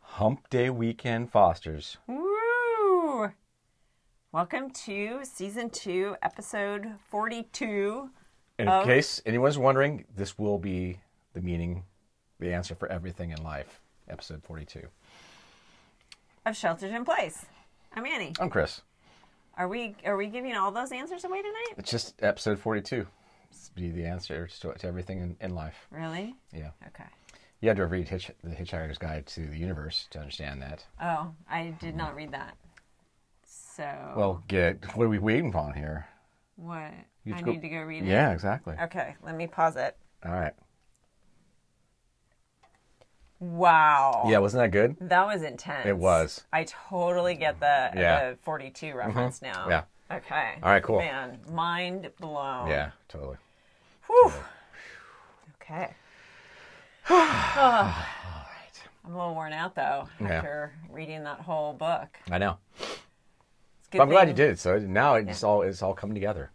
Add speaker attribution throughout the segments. Speaker 1: Hump Day Weekend Fosters.
Speaker 2: Woo! Welcome to season two, episode 42.
Speaker 1: And in case anyone's wondering, this will be the meaning, the answer for everything in life, episode 42.
Speaker 2: of Sheltered in Place. I'm Annie.
Speaker 1: I'm Chris.
Speaker 2: Are we are we giving all those answers away tonight?
Speaker 1: It's just episode 42. This be the answer to, to everything in, in life.
Speaker 2: Really?
Speaker 1: Yeah.
Speaker 2: Okay.
Speaker 1: You had to read Hitch, The Hitchhiker's Guide to the Universe to understand that.
Speaker 2: Oh, I did not read that. So
Speaker 1: Well, get what are we waiting on here?
Speaker 2: what?
Speaker 1: you
Speaker 2: I
Speaker 1: just go-
Speaker 2: need to go read it.
Speaker 1: Yeah, exactly.
Speaker 2: Okay, let me pause it.
Speaker 1: All right.
Speaker 2: Wow.
Speaker 1: Yeah, wasn't that good?
Speaker 2: That was intense.
Speaker 1: It was.
Speaker 2: I totally get the,
Speaker 1: Yeah. Mm-hmm.
Speaker 2: the 42 reference now.
Speaker 1: Yeah.
Speaker 2: Okay.
Speaker 1: All right, cool.
Speaker 2: Man, mind blown.
Speaker 1: Yeah, totally.
Speaker 2: Whew. Okay. Ugh.
Speaker 1: All right.
Speaker 2: I'm a little worn out though
Speaker 1: Yeah.
Speaker 2: after reading that whole book.
Speaker 1: I know.
Speaker 2: It's a
Speaker 1: But I'm glad you
Speaker 2: thing
Speaker 1: did. it, So now it's all it's all coming together.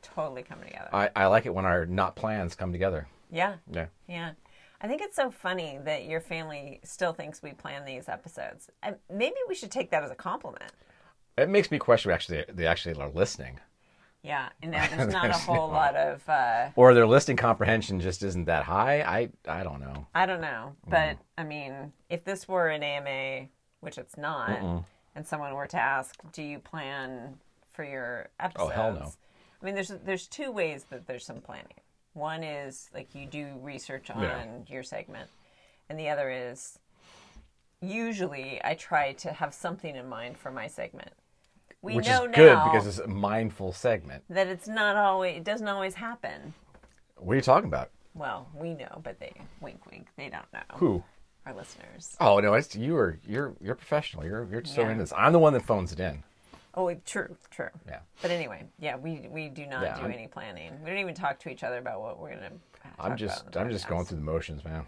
Speaker 2: Totally coming together.
Speaker 1: I, I like it when our not plans come together.
Speaker 2: yeah.
Speaker 1: Yeah.
Speaker 2: Yeah. I think it's so funny that your family still thinks we plan these episodes. And maybe we should take that as a compliment.
Speaker 1: It makes me question actually they actually are listening.
Speaker 2: Yeah. And there- there's not a
Speaker 1: There's
Speaker 2: whole
Speaker 1: no-
Speaker 2: lot of uh,
Speaker 1: Or their listening comprehension just isn't that high. I I don't know.
Speaker 2: I don't know, but
Speaker 1: Mm.
Speaker 2: I mean, if this were an AMA, which it's not, and someone were to ask, "Do you plan for your
Speaker 1: Oh,
Speaker 2: episodes?"
Speaker 1: hell no.
Speaker 2: I mean, there's there's two ways that there's some planning. One is like you do research on
Speaker 1: Yeah.
Speaker 2: your segment, and the other is usually I try to have something in mind for my segment. We
Speaker 1: Which is
Speaker 2: know
Speaker 1: good
Speaker 2: now
Speaker 1: because it's a mindful segment.
Speaker 2: that it's not always it doesn't always happen.
Speaker 1: What are you talking about?
Speaker 2: Well, we know, but they wink wink, they don't know.
Speaker 1: Who?
Speaker 2: Our listeners.
Speaker 1: Oh no, it's you are you're you're professional. You're you're so
Speaker 2: Yeah.
Speaker 1: into this. I'm the one that phones it in.
Speaker 2: Oh, it- true, true.
Speaker 1: Yeah.
Speaker 2: But anyway, yeah, we we do not
Speaker 1: Yeah,
Speaker 2: do
Speaker 1: I'm-
Speaker 2: any planning. We don't even talk to each other about what we're gonna. uh, talk
Speaker 1: I'm just
Speaker 2: about in the
Speaker 1: I'm just going
Speaker 2: podcast.
Speaker 1: through the motions, man.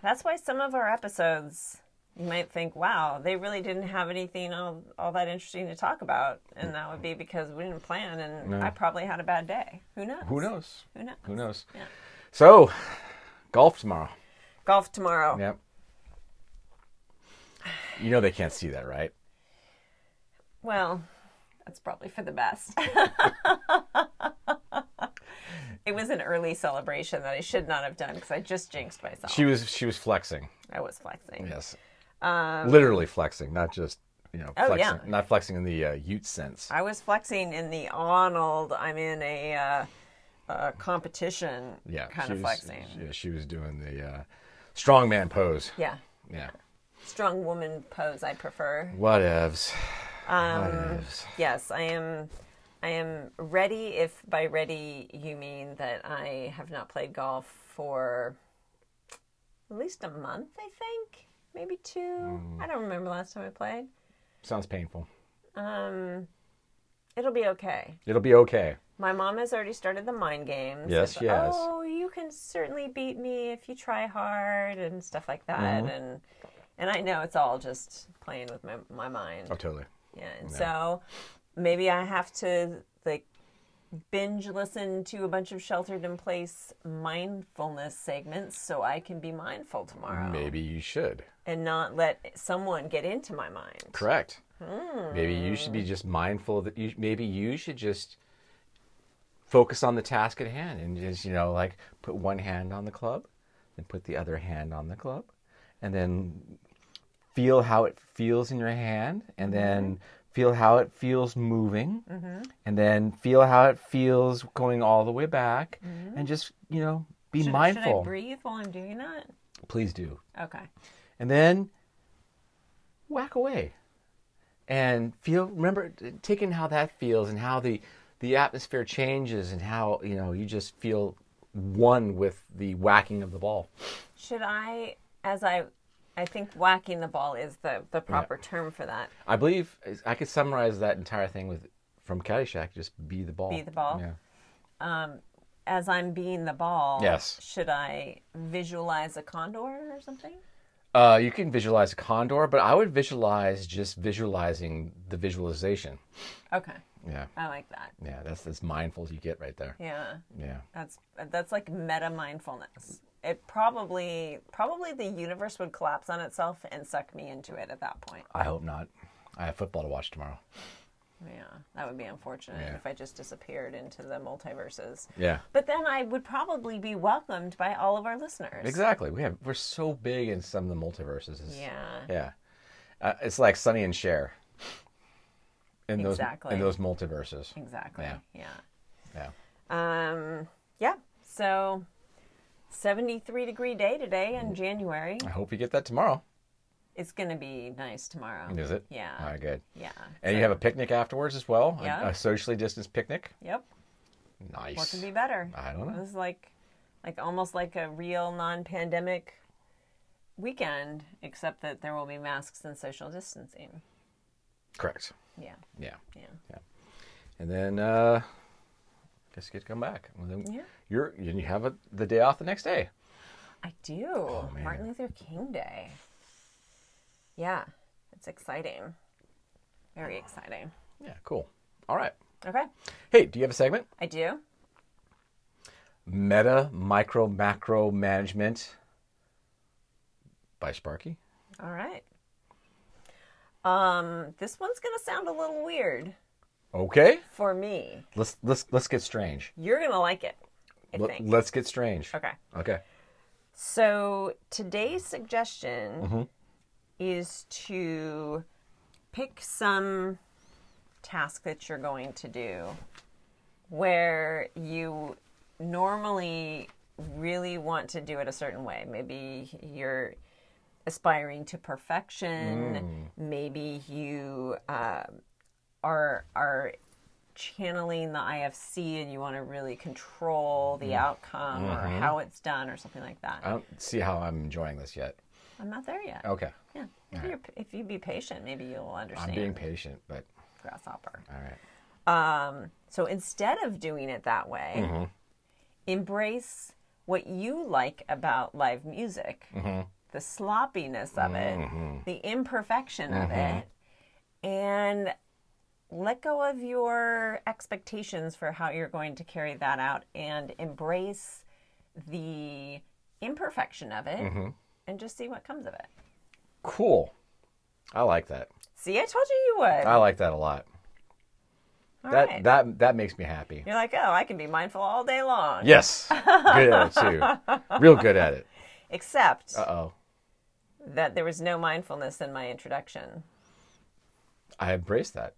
Speaker 2: That's why some of our episodes, you might think, wow, they really didn't have anything all all that interesting to talk about, and that would be because we didn't plan, and I probably had a bad day. Who knows?
Speaker 1: Who knows?
Speaker 2: Who knows?
Speaker 1: Who knows?
Speaker 2: Yeah.
Speaker 1: So, golf tomorrow.
Speaker 2: Golf tomorrow.
Speaker 1: Yep. You know they can't see that, right?
Speaker 2: Well, that's probably for the best. it was an early celebration that I should not have done because I just jinxed myself.
Speaker 1: She was she was flexing.
Speaker 2: I was flexing.
Speaker 1: Yes. Literally flexing, not just you know
Speaker 2: Um, Oh,
Speaker 1: flexing,
Speaker 2: yeah.
Speaker 1: not flexing in the uh, Ute sense.
Speaker 2: I was flexing in the Arnold. I'm in a uh, uh, competition
Speaker 1: yeah,
Speaker 2: kind
Speaker 1: she
Speaker 2: of
Speaker 1: was,
Speaker 2: flexing.
Speaker 1: Yeah, she was doing the uh, strongman pose.
Speaker 2: yeah,
Speaker 1: Yeah.
Speaker 2: strong woman pose I prefer.
Speaker 1: Whatevs.
Speaker 2: Um,
Speaker 1: Whatevs.
Speaker 2: Yes, I am. I am ready. If by ready you mean that I have not played golf for at least a month, I think maybe two.
Speaker 1: Mm.
Speaker 2: I don't remember last time I played.
Speaker 1: Sounds painful.
Speaker 2: Um, it'll be okay.
Speaker 1: It'll be okay.
Speaker 2: My mom has already started the mind games.
Speaker 1: Yes,
Speaker 2: of,
Speaker 1: she has.
Speaker 2: Oh, you can certainly beat me if you try hard and stuff like that.
Speaker 1: Mm-hmm.
Speaker 2: And and I know it's all just playing with my my mind.
Speaker 1: Oh, totally.
Speaker 2: Yeah. And so maybe I have to like binge listen to a bunch of sheltered in place mindfulness segments so I can be mindful tomorrow
Speaker 1: Maybe you should.
Speaker 2: and not let someone get into my mind.
Speaker 1: Correct. Maybe you should
Speaker 2: Hmm.
Speaker 1: be just mindful that you maybe you should just focus on the task at hand and just you know like put one hand on the club, then put the other hand on the club, and then feel how it feels in your hand, and then
Speaker 2: Mm-hmm.
Speaker 1: feel how it feels moving, and then feel how it feels going all the way back, and just you know be
Speaker 2: Mm-hmm. Should, should I
Speaker 1: mindful.
Speaker 2: breathe while I'm doing that?
Speaker 1: Please do
Speaker 2: Okay.
Speaker 1: and then whack away and feel remember taking how that feels and how the the atmosphere changes and how you know you just feel one with the whacking of the ball
Speaker 2: Should I, as I, I think whacking the ball is the, the proper term for that.
Speaker 1: i believe i could summarize that entire thing with from Caddyshack, just be the ball.
Speaker 2: Be the ball.
Speaker 1: Yeah.
Speaker 2: As I'm being the ball,
Speaker 1: Yes.
Speaker 2: Should I visualize a condor or something?
Speaker 1: Uh, you can visualize a condor, but I would visualize just visualizing the visualization.
Speaker 2: Okay,
Speaker 1: Yeah.
Speaker 2: I like that.
Speaker 1: Yeah. That's as mindful as you get right there.
Speaker 2: Yeah,
Speaker 1: Yeah.
Speaker 2: that's that's like meta mindfulness. it probably probably the universe would collapse on itself and suck me into it at that point.
Speaker 1: I hope not. I have football to watch tomorrow.
Speaker 2: Yeah, that would be unfortunate
Speaker 1: Yeah.
Speaker 2: if I just disappeared into the multiverses.
Speaker 1: Yeah.
Speaker 2: But then I would probably be welcomed by all of our listeners.
Speaker 1: Exactly. We have we're so big in some of the multiverses. It's-
Speaker 2: Yeah.
Speaker 1: Yeah. Uh, it's like Sunny and Cher. In those
Speaker 2: Exactly.
Speaker 1: in those multiverses.
Speaker 2: Exactly.
Speaker 1: Yeah.
Speaker 2: Yeah.
Speaker 1: Yeah.
Speaker 2: Um, yeah. So 73 degree day today
Speaker 1: Mm-hmm.
Speaker 2: in January.
Speaker 1: I hope you get that tomorrow.
Speaker 2: It's going to be nice tomorrow.
Speaker 1: Is it?
Speaker 2: Yeah.
Speaker 1: All right, good.
Speaker 2: Yeah.
Speaker 1: And you have a picnic afterwards as well. a-
Speaker 2: Yeah.
Speaker 1: A, socially distanced picnic.
Speaker 2: Yep.
Speaker 1: Nice.
Speaker 2: What could be better?
Speaker 1: I don't know.
Speaker 2: This is like like almost like a real non-pandemic weekend except that there will be masks and social distancing. Mm-hmm.
Speaker 1: Correct.
Speaker 2: Yeah.
Speaker 1: Yeah.
Speaker 2: Yeah.
Speaker 1: And then uh, guess you get to come back. And then
Speaker 2: Yeah.
Speaker 1: You're and you have a, the day off the next day.
Speaker 2: I do.
Speaker 1: Oh, man.
Speaker 2: Martin Luther King Day. Yeah. It's exciting. Very exciting.
Speaker 1: Yeah. Cool. All right.
Speaker 2: Okay.
Speaker 1: Hey, do you have a segment?
Speaker 2: I do.
Speaker 1: Meta Micro Macro Management by Sparky.
Speaker 2: All right. Um, this one's gonna sound a little weird
Speaker 1: Okay,
Speaker 2: for me.
Speaker 1: let's let's let's get strange.
Speaker 2: You're gonna like it, I
Speaker 1: Let-
Speaker 2: think.
Speaker 1: Let's get strange.
Speaker 2: okay.
Speaker 1: Okay.
Speaker 2: So today's suggestion is to pick some task that you're going to do where you normally really want to do it a certain way. Maybe you're aspiring to perfection. Maybe you uh, are are channeling the IFC and you want to really control the outcome or how it's done or something like that.
Speaker 1: I don't see how I'm enjoying this yet.
Speaker 2: I'm not there yet.
Speaker 1: Okay.
Speaker 2: Yeah. If, you're, if you be patient, maybe you'll understand
Speaker 1: Oh, I'm being patient, but
Speaker 2: grasshopper.
Speaker 1: all right.
Speaker 2: So instead of doing it that way,
Speaker 1: Mm-hmm.
Speaker 2: embrace what you like about live music,
Speaker 1: Mm-hmm.
Speaker 2: the sloppiness of it, the imperfection of
Speaker 1: Mm-hmm.
Speaker 2: it, and let go of your expectations for how you're going to carry that out and embrace the imperfection of it
Speaker 1: Mm-hmm.
Speaker 2: and just see what comes of it.
Speaker 1: Cool. I like that.
Speaker 2: See, I told you you would.
Speaker 1: I like that a lot.
Speaker 2: All
Speaker 1: Uh, that
Speaker 2: right.
Speaker 1: that that makes me happy.
Speaker 2: You're like, oh, I can be mindful all day long.
Speaker 1: Yes. Good at it too. Real good at it.
Speaker 2: Except
Speaker 1: Uh oh.
Speaker 2: that there was no mindfulness in my introduction.
Speaker 1: I embraced that.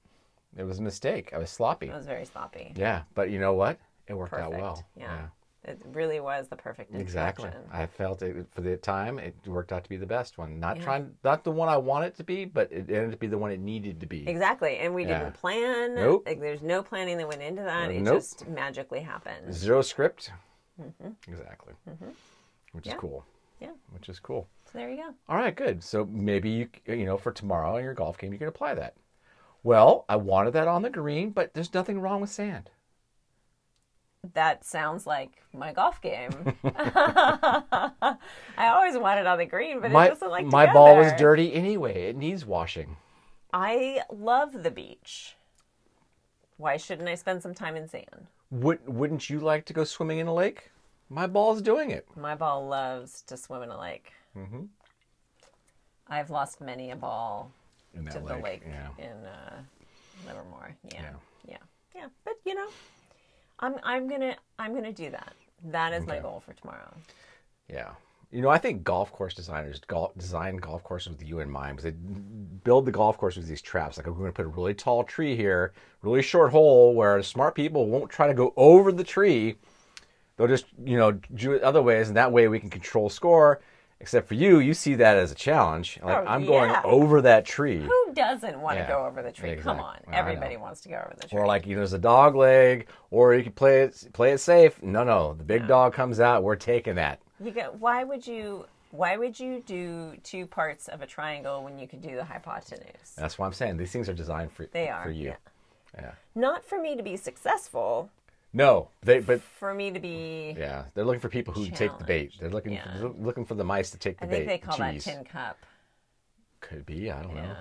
Speaker 1: It was a mistake. I was sloppy.
Speaker 2: It was very sloppy.
Speaker 1: Yeah, but you know what? It worked
Speaker 2: Perfect.
Speaker 1: out well.
Speaker 2: Yeah. It really was the perfect introduction.
Speaker 1: Exactly. I felt it for the time it worked out to be the best one. Not
Speaker 2: Yeah.
Speaker 1: trying not the one I wanted it to be, but it ended up be the one it needed to be.
Speaker 2: Exactly. And we
Speaker 1: Yeah.
Speaker 2: didn't plan.
Speaker 1: Nope.
Speaker 2: Like, there's no planning that went into that. It
Speaker 1: Nope.
Speaker 2: just magically happened.
Speaker 1: Zero script. Exactly. Which is
Speaker 2: Mm-hmm. Yeah.
Speaker 1: cool.
Speaker 2: Yeah.
Speaker 1: Which is cool.
Speaker 2: So there you go.
Speaker 1: All right, good. So maybe you you know for tomorrow in your golf game you can apply that. Well, I wanted that on the green, but there's nothing wrong with sand.
Speaker 2: That sounds like my golf game. I always wanted on the green, but
Speaker 1: my
Speaker 2: it doesn't like to
Speaker 1: my
Speaker 2: go
Speaker 1: ball was
Speaker 2: there.
Speaker 1: dirty anyway. It needs washing.
Speaker 2: I love the beach. Why shouldn't I spend some time in sand?
Speaker 1: Would wouldn't you like to go swimming in a lake? My ball's doing it.
Speaker 2: My ball loves to swim in a lake.
Speaker 1: Mm-hmm.
Speaker 2: I've lost many a ball
Speaker 1: In that
Speaker 2: to the lake
Speaker 1: Yeah.
Speaker 2: in uh, Livermore. Yeah.
Speaker 1: Yeah.
Speaker 2: yeah, yeah, But you know, I'm I'm gonna I'm gonna do that. That is my
Speaker 1: Okay.
Speaker 2: goal for tomorrow.
Speaker 1: Yeah. You know, I think golf course designers gol design golf courses with you in mind because they build the golf course with these traps. Like, we're going to put a really tall tree here, really short hole where smart people won't try to go over the tree. They'll just, you know, do it other ways, and that way we can control score. Except for you, you see that as a challenge. Like,
Speaker 2: Oh,
Speaker 1: I'm going
Speaker 2: yeah.
Speaker 1: over that tree.
Speaker 2: Who doesn't want to
Speaker 1: Yeah,
Speaker 2: go over the tree? Come
Speaker 1: exact-
Speaker 2: on,
Speaker 1: I know.
Speaker 2: everybody wants to go over the tree.
Speaker 1: Or like you know, there's a dog leg, or you can play it play it safe. No, no, the big dog comes out. We're taking that.
Speaker 2: You go. Why would you? Why would you do two parts of a triangle when you could do the hypotenuse?
Speaker 1: That's why I'm saying these things are designed for
Speaker 2: They are,
Speaker 1: for you.
Speaker 2: yeah.
Speaker 1: yeah.
Speaker 2: Not for me to be successful,
Speaker 1: No, they but
Speaker 2: for me to be.
Speaker 1: yeah, they're looking for people who take the bait. They're looking
Speaker 2: Yeah.
Speaker 1: they're looking for the mice to take the
Speaker 2: I think
Speaker 1: bait.
Speaker 2: they call
Speaker 1: Jeez.
Speaker 2: that tin cup.
Speaker 1: Could be, I don't know.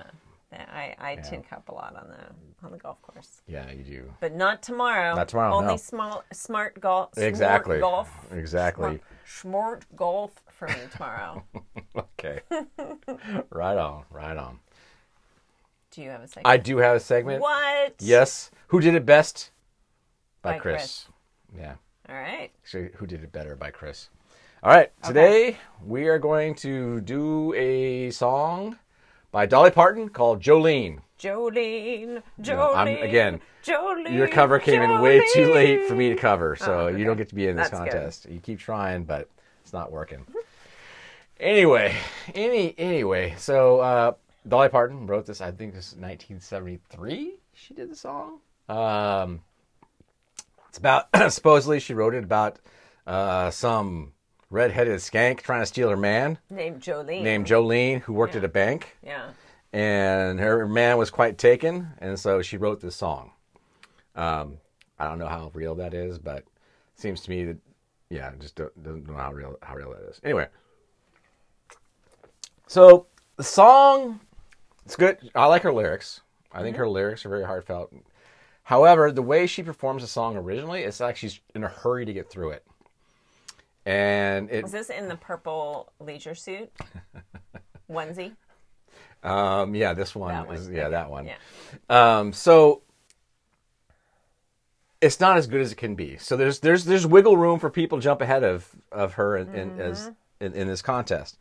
Speaker 2: Yeah, I, I tin cup a lot on the on the golf course,
Speaker 1: Yeah, you do.
Speaker 2: but not tomorrow.
Speaker 1: Not tomorrow,
Speaker 2: Only
Speaker 1: no.
Speaker 2: small smart golf.
Speaker 1: Exactly.
Speaker 2: Golf.
Speaker 1: Exactly.
Speaker 2: Smart- smart golf for me tomorrow.
Speaker 1: Okay. right on. Right on.
Speaker 2: Do you have a second?
Speaker 1: I do have a segment.
Speaker 2: What?
Speaker 1: Yes. Who did it best? By,
Speaker 2: By
Speaker 1: Chris. Yeah.
Speaker 2: All right.
Speaker 1: Actually, who did it better by Chris? All right. Today we are going to do a song by Dolly Parton called Jolene.
Speaker 2: Jolene, Jolene.
Speaker 1: No, I'm- again,
Speaker 2: Jolene.
Speaker 1: Your cover came in way too late for
Speaker 2: Jolene.
Speaker 1: me to cover, so
Speaker 2: Oh, okay.
Speaker 1: you don't get to be in this
Speaker 2: That's good.
Speaker 1: contest. You keep trying, but it's not working. anyway, any anyway, so uh, Dolly Parton wrote this. I think this is 1973. She did the song. Um, it's about supposedly she wrote it about uh, some redheaded skank trying to steal her man
Speaker 2: Named Jolene.
Speaker 1: named Jolene who worked at a bank
Speaker 2: Yeah.
Speaker 1: and her man was quite taken, and so she wrote this song. Um, I don't know how real that is, but it seems to me that yeah, I just don't, don't know how real how real that is. Anyway, so the song, it's good. I like her lyrics. I think her lyrics are very heartfelt. However, the way she performs the song originally, it's like she's in a hurry to get through it, and it
Speaker 2: Is this in the purple leisure suit? Onesie?
Speaker 1: um, yeah, this one,
Speaker 2: That one.
Speaker 1: is yeah that one.
Speaker 2: Yeah.
Speaker 1: Um, so it's not as good as it can be. So there's there's there's wiggle room for people to jump ahead of of her in, in as
Speaker 2: Mm-hmm.
Speaker 1: in, in this contest.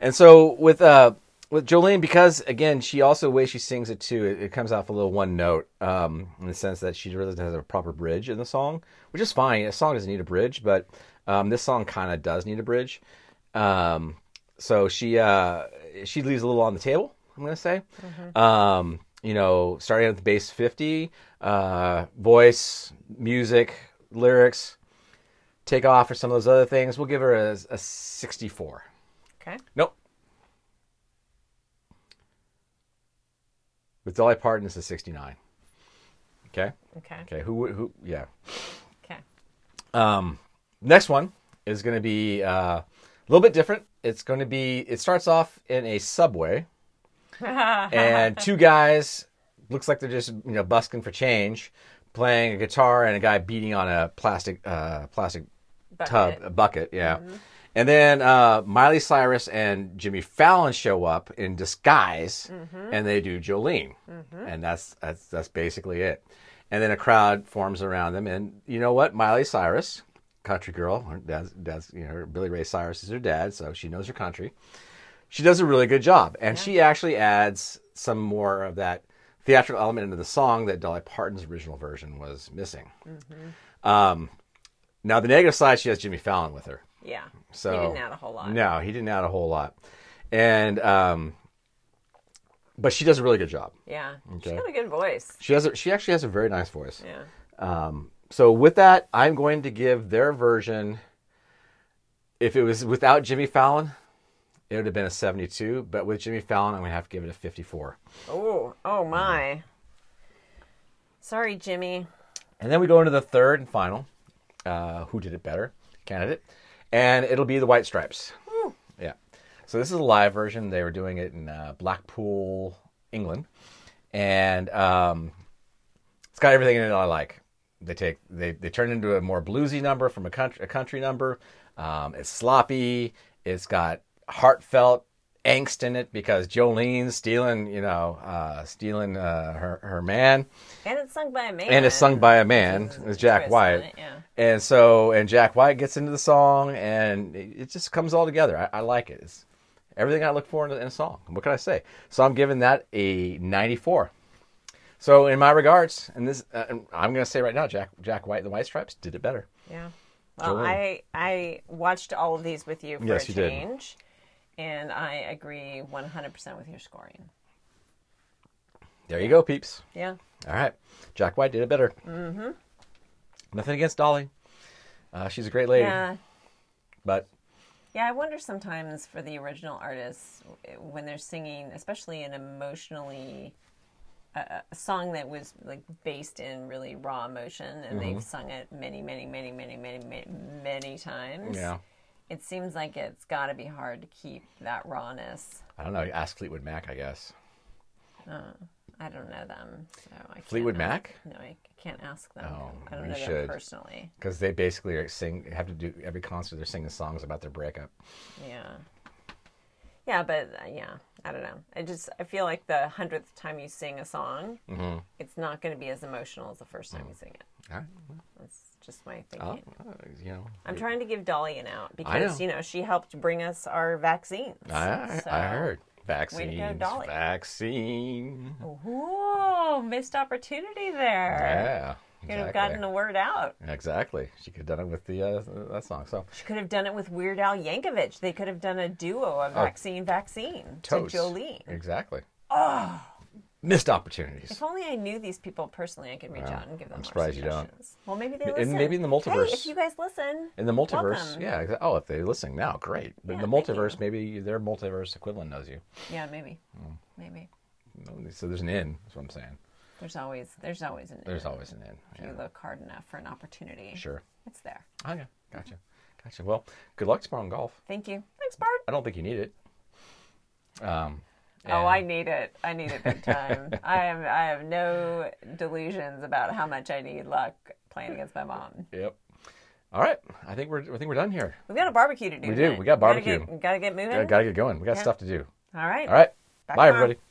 Speaker 1: And so with uh with Jolene, because again she also the way she sings it too, it, it comes off a little one note um, in the sense that she really doesn't have a proper bridge in the song, which is fine. A song doesn't need a bridge, but um, this song kind of does need a bridge. Um, so she uh, she leaves a little on the table. I'm gonna say, um, you know, starting at the bass 50, uh, voice, music, lyrics, take off for some of those other things. We'll give her a, a 64.
Speaker 2: Okay.
Speaker 1: Nope. With Dolly Parton, it's a 69. Okay.
Speaker 2: Okay. Okay.
Speaker 1: Okay. Who? Who? Yeah. Um, next one is going to be uh, a little bit different. It's going to be. It starts off in a subway, and two guys looks like they're just you know busking for change, playing a guitar and a guy beating on a plastic uh, plastic tub
Speaker 2: Bucket. Mm-hmm.
Speaker 1: a bucket. Yeah. And then uh, Miley Cyrus and Jimmy Fallon show up in disguise,
Speaker 2: Mm-hmm.
Speaker 1: and they do Jolene, and that's that's that's basically it. And then a crowd forms around them, and you know what? Miley Cyrus, country girl, her dad's, dad's you know her, Billy Ray Cyrus is her dad, so she knows her country. She does a really good job, and she actually adds some more of that theatrical element into the song that Dolly Parton's original version was missing.
Speaker 2: Mm.
Speaker 1: Um, now the negative side, she has Jimmy Fallon with her.
Speaker 2: Yeah.
Speaker 1: So
Speaker 2: he didn't add a whole lot.
Speaker 1: No, he didn't add a whole lot, and um, but she does a really good job.
Speaker 2: Yeah.
Speaker 1: Okay.
Speaker 2: She's got a good voice.
Speaker 1: She has a, she actually has a very nice voice.
Speaker 2: Yeah.
Speaker 1: Um, so with that, I'm going to give their version. If it was without Jimmy Fallon, it would have been a 72. But with Jimmy Fallon, I'm going to have to give it a 54.
Speaker 2: Oh, oh my. Sorry, Jimmy.
Speaker 1: And then we go into the third and final, uh, who did it better candidate, and it'll be the White Stripes. Yeah. So this is a live version. They were doing it in uh, Blackpool, England, and um, it's got everything in it I like. They take they they turn it into a more bluesy number from a country a country number. Um, it's sloppy. It's got heartfelt angst in it because Jolene's stealing you know uh, stealing uh, her her man
Speaker 2: And it's sung by a man.
Speaker 1: and it's sung by a man,
Speaker 2: There's a
Speaker 1: it's Jack
Speaker 2: twist on
Speaker 1: White.
Speaker 2: it, yeah.
Speaker 1: And so, and Jack White gets into the song, and it it just comes all together. I, I like it. It's everything I look for in a, in a song. What can I say? So I'm giving that a 94. So in my regards, and this, uh, and I'm going to say right now, Jack Jack White and the White Stripes did it better.
Speaker 2: Yeah. Well,
Speaker 1: Jolene.
Speaker 2: I I watched all of these with you for
Speaker 1: Yes,
Speaker 2: a
Speaker 1: you did.
Speaker 2: change, and I agree 100% with your scoring.
Speaker 1: There you go, peeps.
Speaker 2: Yeah.
Speaker 1: All right, Jack White did it better. Mm-hmm. Nothing against Dolly. Uh, she's a great lady,
Speaker 2: Yeah.
Speaker 1: but
Speaker 2: Yeah, I wonder sometimes for the original artists w- when they're singing, especially an emotionally a, a song that was like based in really raw emotion, and
Speaker 1: Mm-hmm.
Speaker 2: they've sung it many, many, many, many, many, many, many times.
Speaker 1: yeah,
Speaker 2: It seems like it's got to be hard to keep that rawness.
Speaker 1: I don't know. Ask Fleetwood Mac, I guess.
Speaker 2: I don't know them, so I can't
Speaker 1: Fleetwood
Speaker 2: ask-
Speaker 1: Mac?
Speaker 2: No, I can't ask them.
Speaker 1: Oh,
Speaker 2: I don't
Speaker 1: we
Speaker 2: know
Speaker 1: should.
Speaker 2: them personally.
Speaker 1: Because they basically are sing have to do every concert. They're singing songs about their breakup.
Speaker 2: Yeah. Yeah, but uh, yeah, I don't know. I just I feel like the hundredth time you sing a song,
Speaker 1: Mm-hmm.
Speaker 2: it's not going to be as emotional as the first
Speaker 1: Mm.
Speaker 2: time you sing it.
Speaker 1: All right.
Speaker 2: That's just my thinking.
Speaker 1: Well, Ah, uh, you know,
Speaker 2: I'm trying to give Dolly an out because
Speaker 1: know.
Speaker 2: you know she helped bring us our vaccines.
Speaker 1: I,
Speaker 2: So-
Speaker 1: I heard vaccines,
Speaker 2: Dolly.
Speaker 1: vaccine.
Speaker 2: Ooh, missed opportunity
Speaker 1: Yeah,
Speaker 2: there. Could have gotten the word out.
Speaker 1: exactly. She could have done it with the uh, that song. So
Speaker 2: She could have done it with Weird Al Yankovic. They could have done a duo of
Speaker 1: Oh.
Speaker 2: vaccine, vaccine
Speaker 1: toast.
Speaker 2: to Jolene.
Speaker 1: Exactly. Oh, missed opportunities.
Speaker 2: If only I knew these people personally, I could reach out and give them.
Speaker 1: I'm
Speaker 2: more
Speaker 1: surprised you don't.
Speaker 2: suggestions. Well, maybe they
Speaker 1: And
Speaker 2: listen.
Speaker 1: maybe in the
Speaker 2: Hey,
Speaker 1: multiverse-
Speaker 2: if you guys listen,
Speaker 1: In the multiverse,
Speaker 2: Welcome.
Speaker 1: yeah. exa- Oh, if they're listening now, great. But in
Speaker 2: Yeah,
Speaker 1: the
Speaker 2: thank
Speaker 1: multiverse,
Speaker 2: you.
Speaker 1: maybe their multiverse equivalent knows you.
Speaker 2: yeah, maybe,
Speaker 1: Hmm.
Speaker 2: maybe.
Speaker 1: So there's an in. That's what I'm saying.
Speaker 2: There's always there's always an
Speaker 1: There's
Speaker 2: end
Speaker 1: always an in.
Speaker 2: if
Speaker 1: Yeah.
Speaker 2: you look hard enough for an opportunity.
Speaker 1: Sure.
Speaker 2: it's there.
Speaker 1: Oh yeah. Gotcha. Gotcha. Well, good luck tomorrow in golf.
Speaker 2: Thank you. Thanks, Bart.
Speaker 1: I don't think you need it. Um,
Speaker 2: Oh,
Speaker 1: and-
Speaker 2: I need it. I need it big time. I am. I have no delusions about how much I need luck playing against my mom.
Speaker 1: Yep. All right. I think we're I think we're done here.
Speaker 2: We've got a barbecue to do.
Speaker 1: We do.
Speaker 2: tonight.
Speaker 1: We got
Speaker 2: Gotta
Speaker 1: barbecue.
Speaker 2: get- Gotta get, moving.
Speaker 1: Gotta, gotta get going. We got
Speaker 2: Yeah.
Speaker 1: stuff to do.
Speaker 2: All right.
Speaker 1: All right.
Speaker 2: Back
Speaker 1: Bye,
Speaker 2: tomorrow.
Speaker 1: everybody.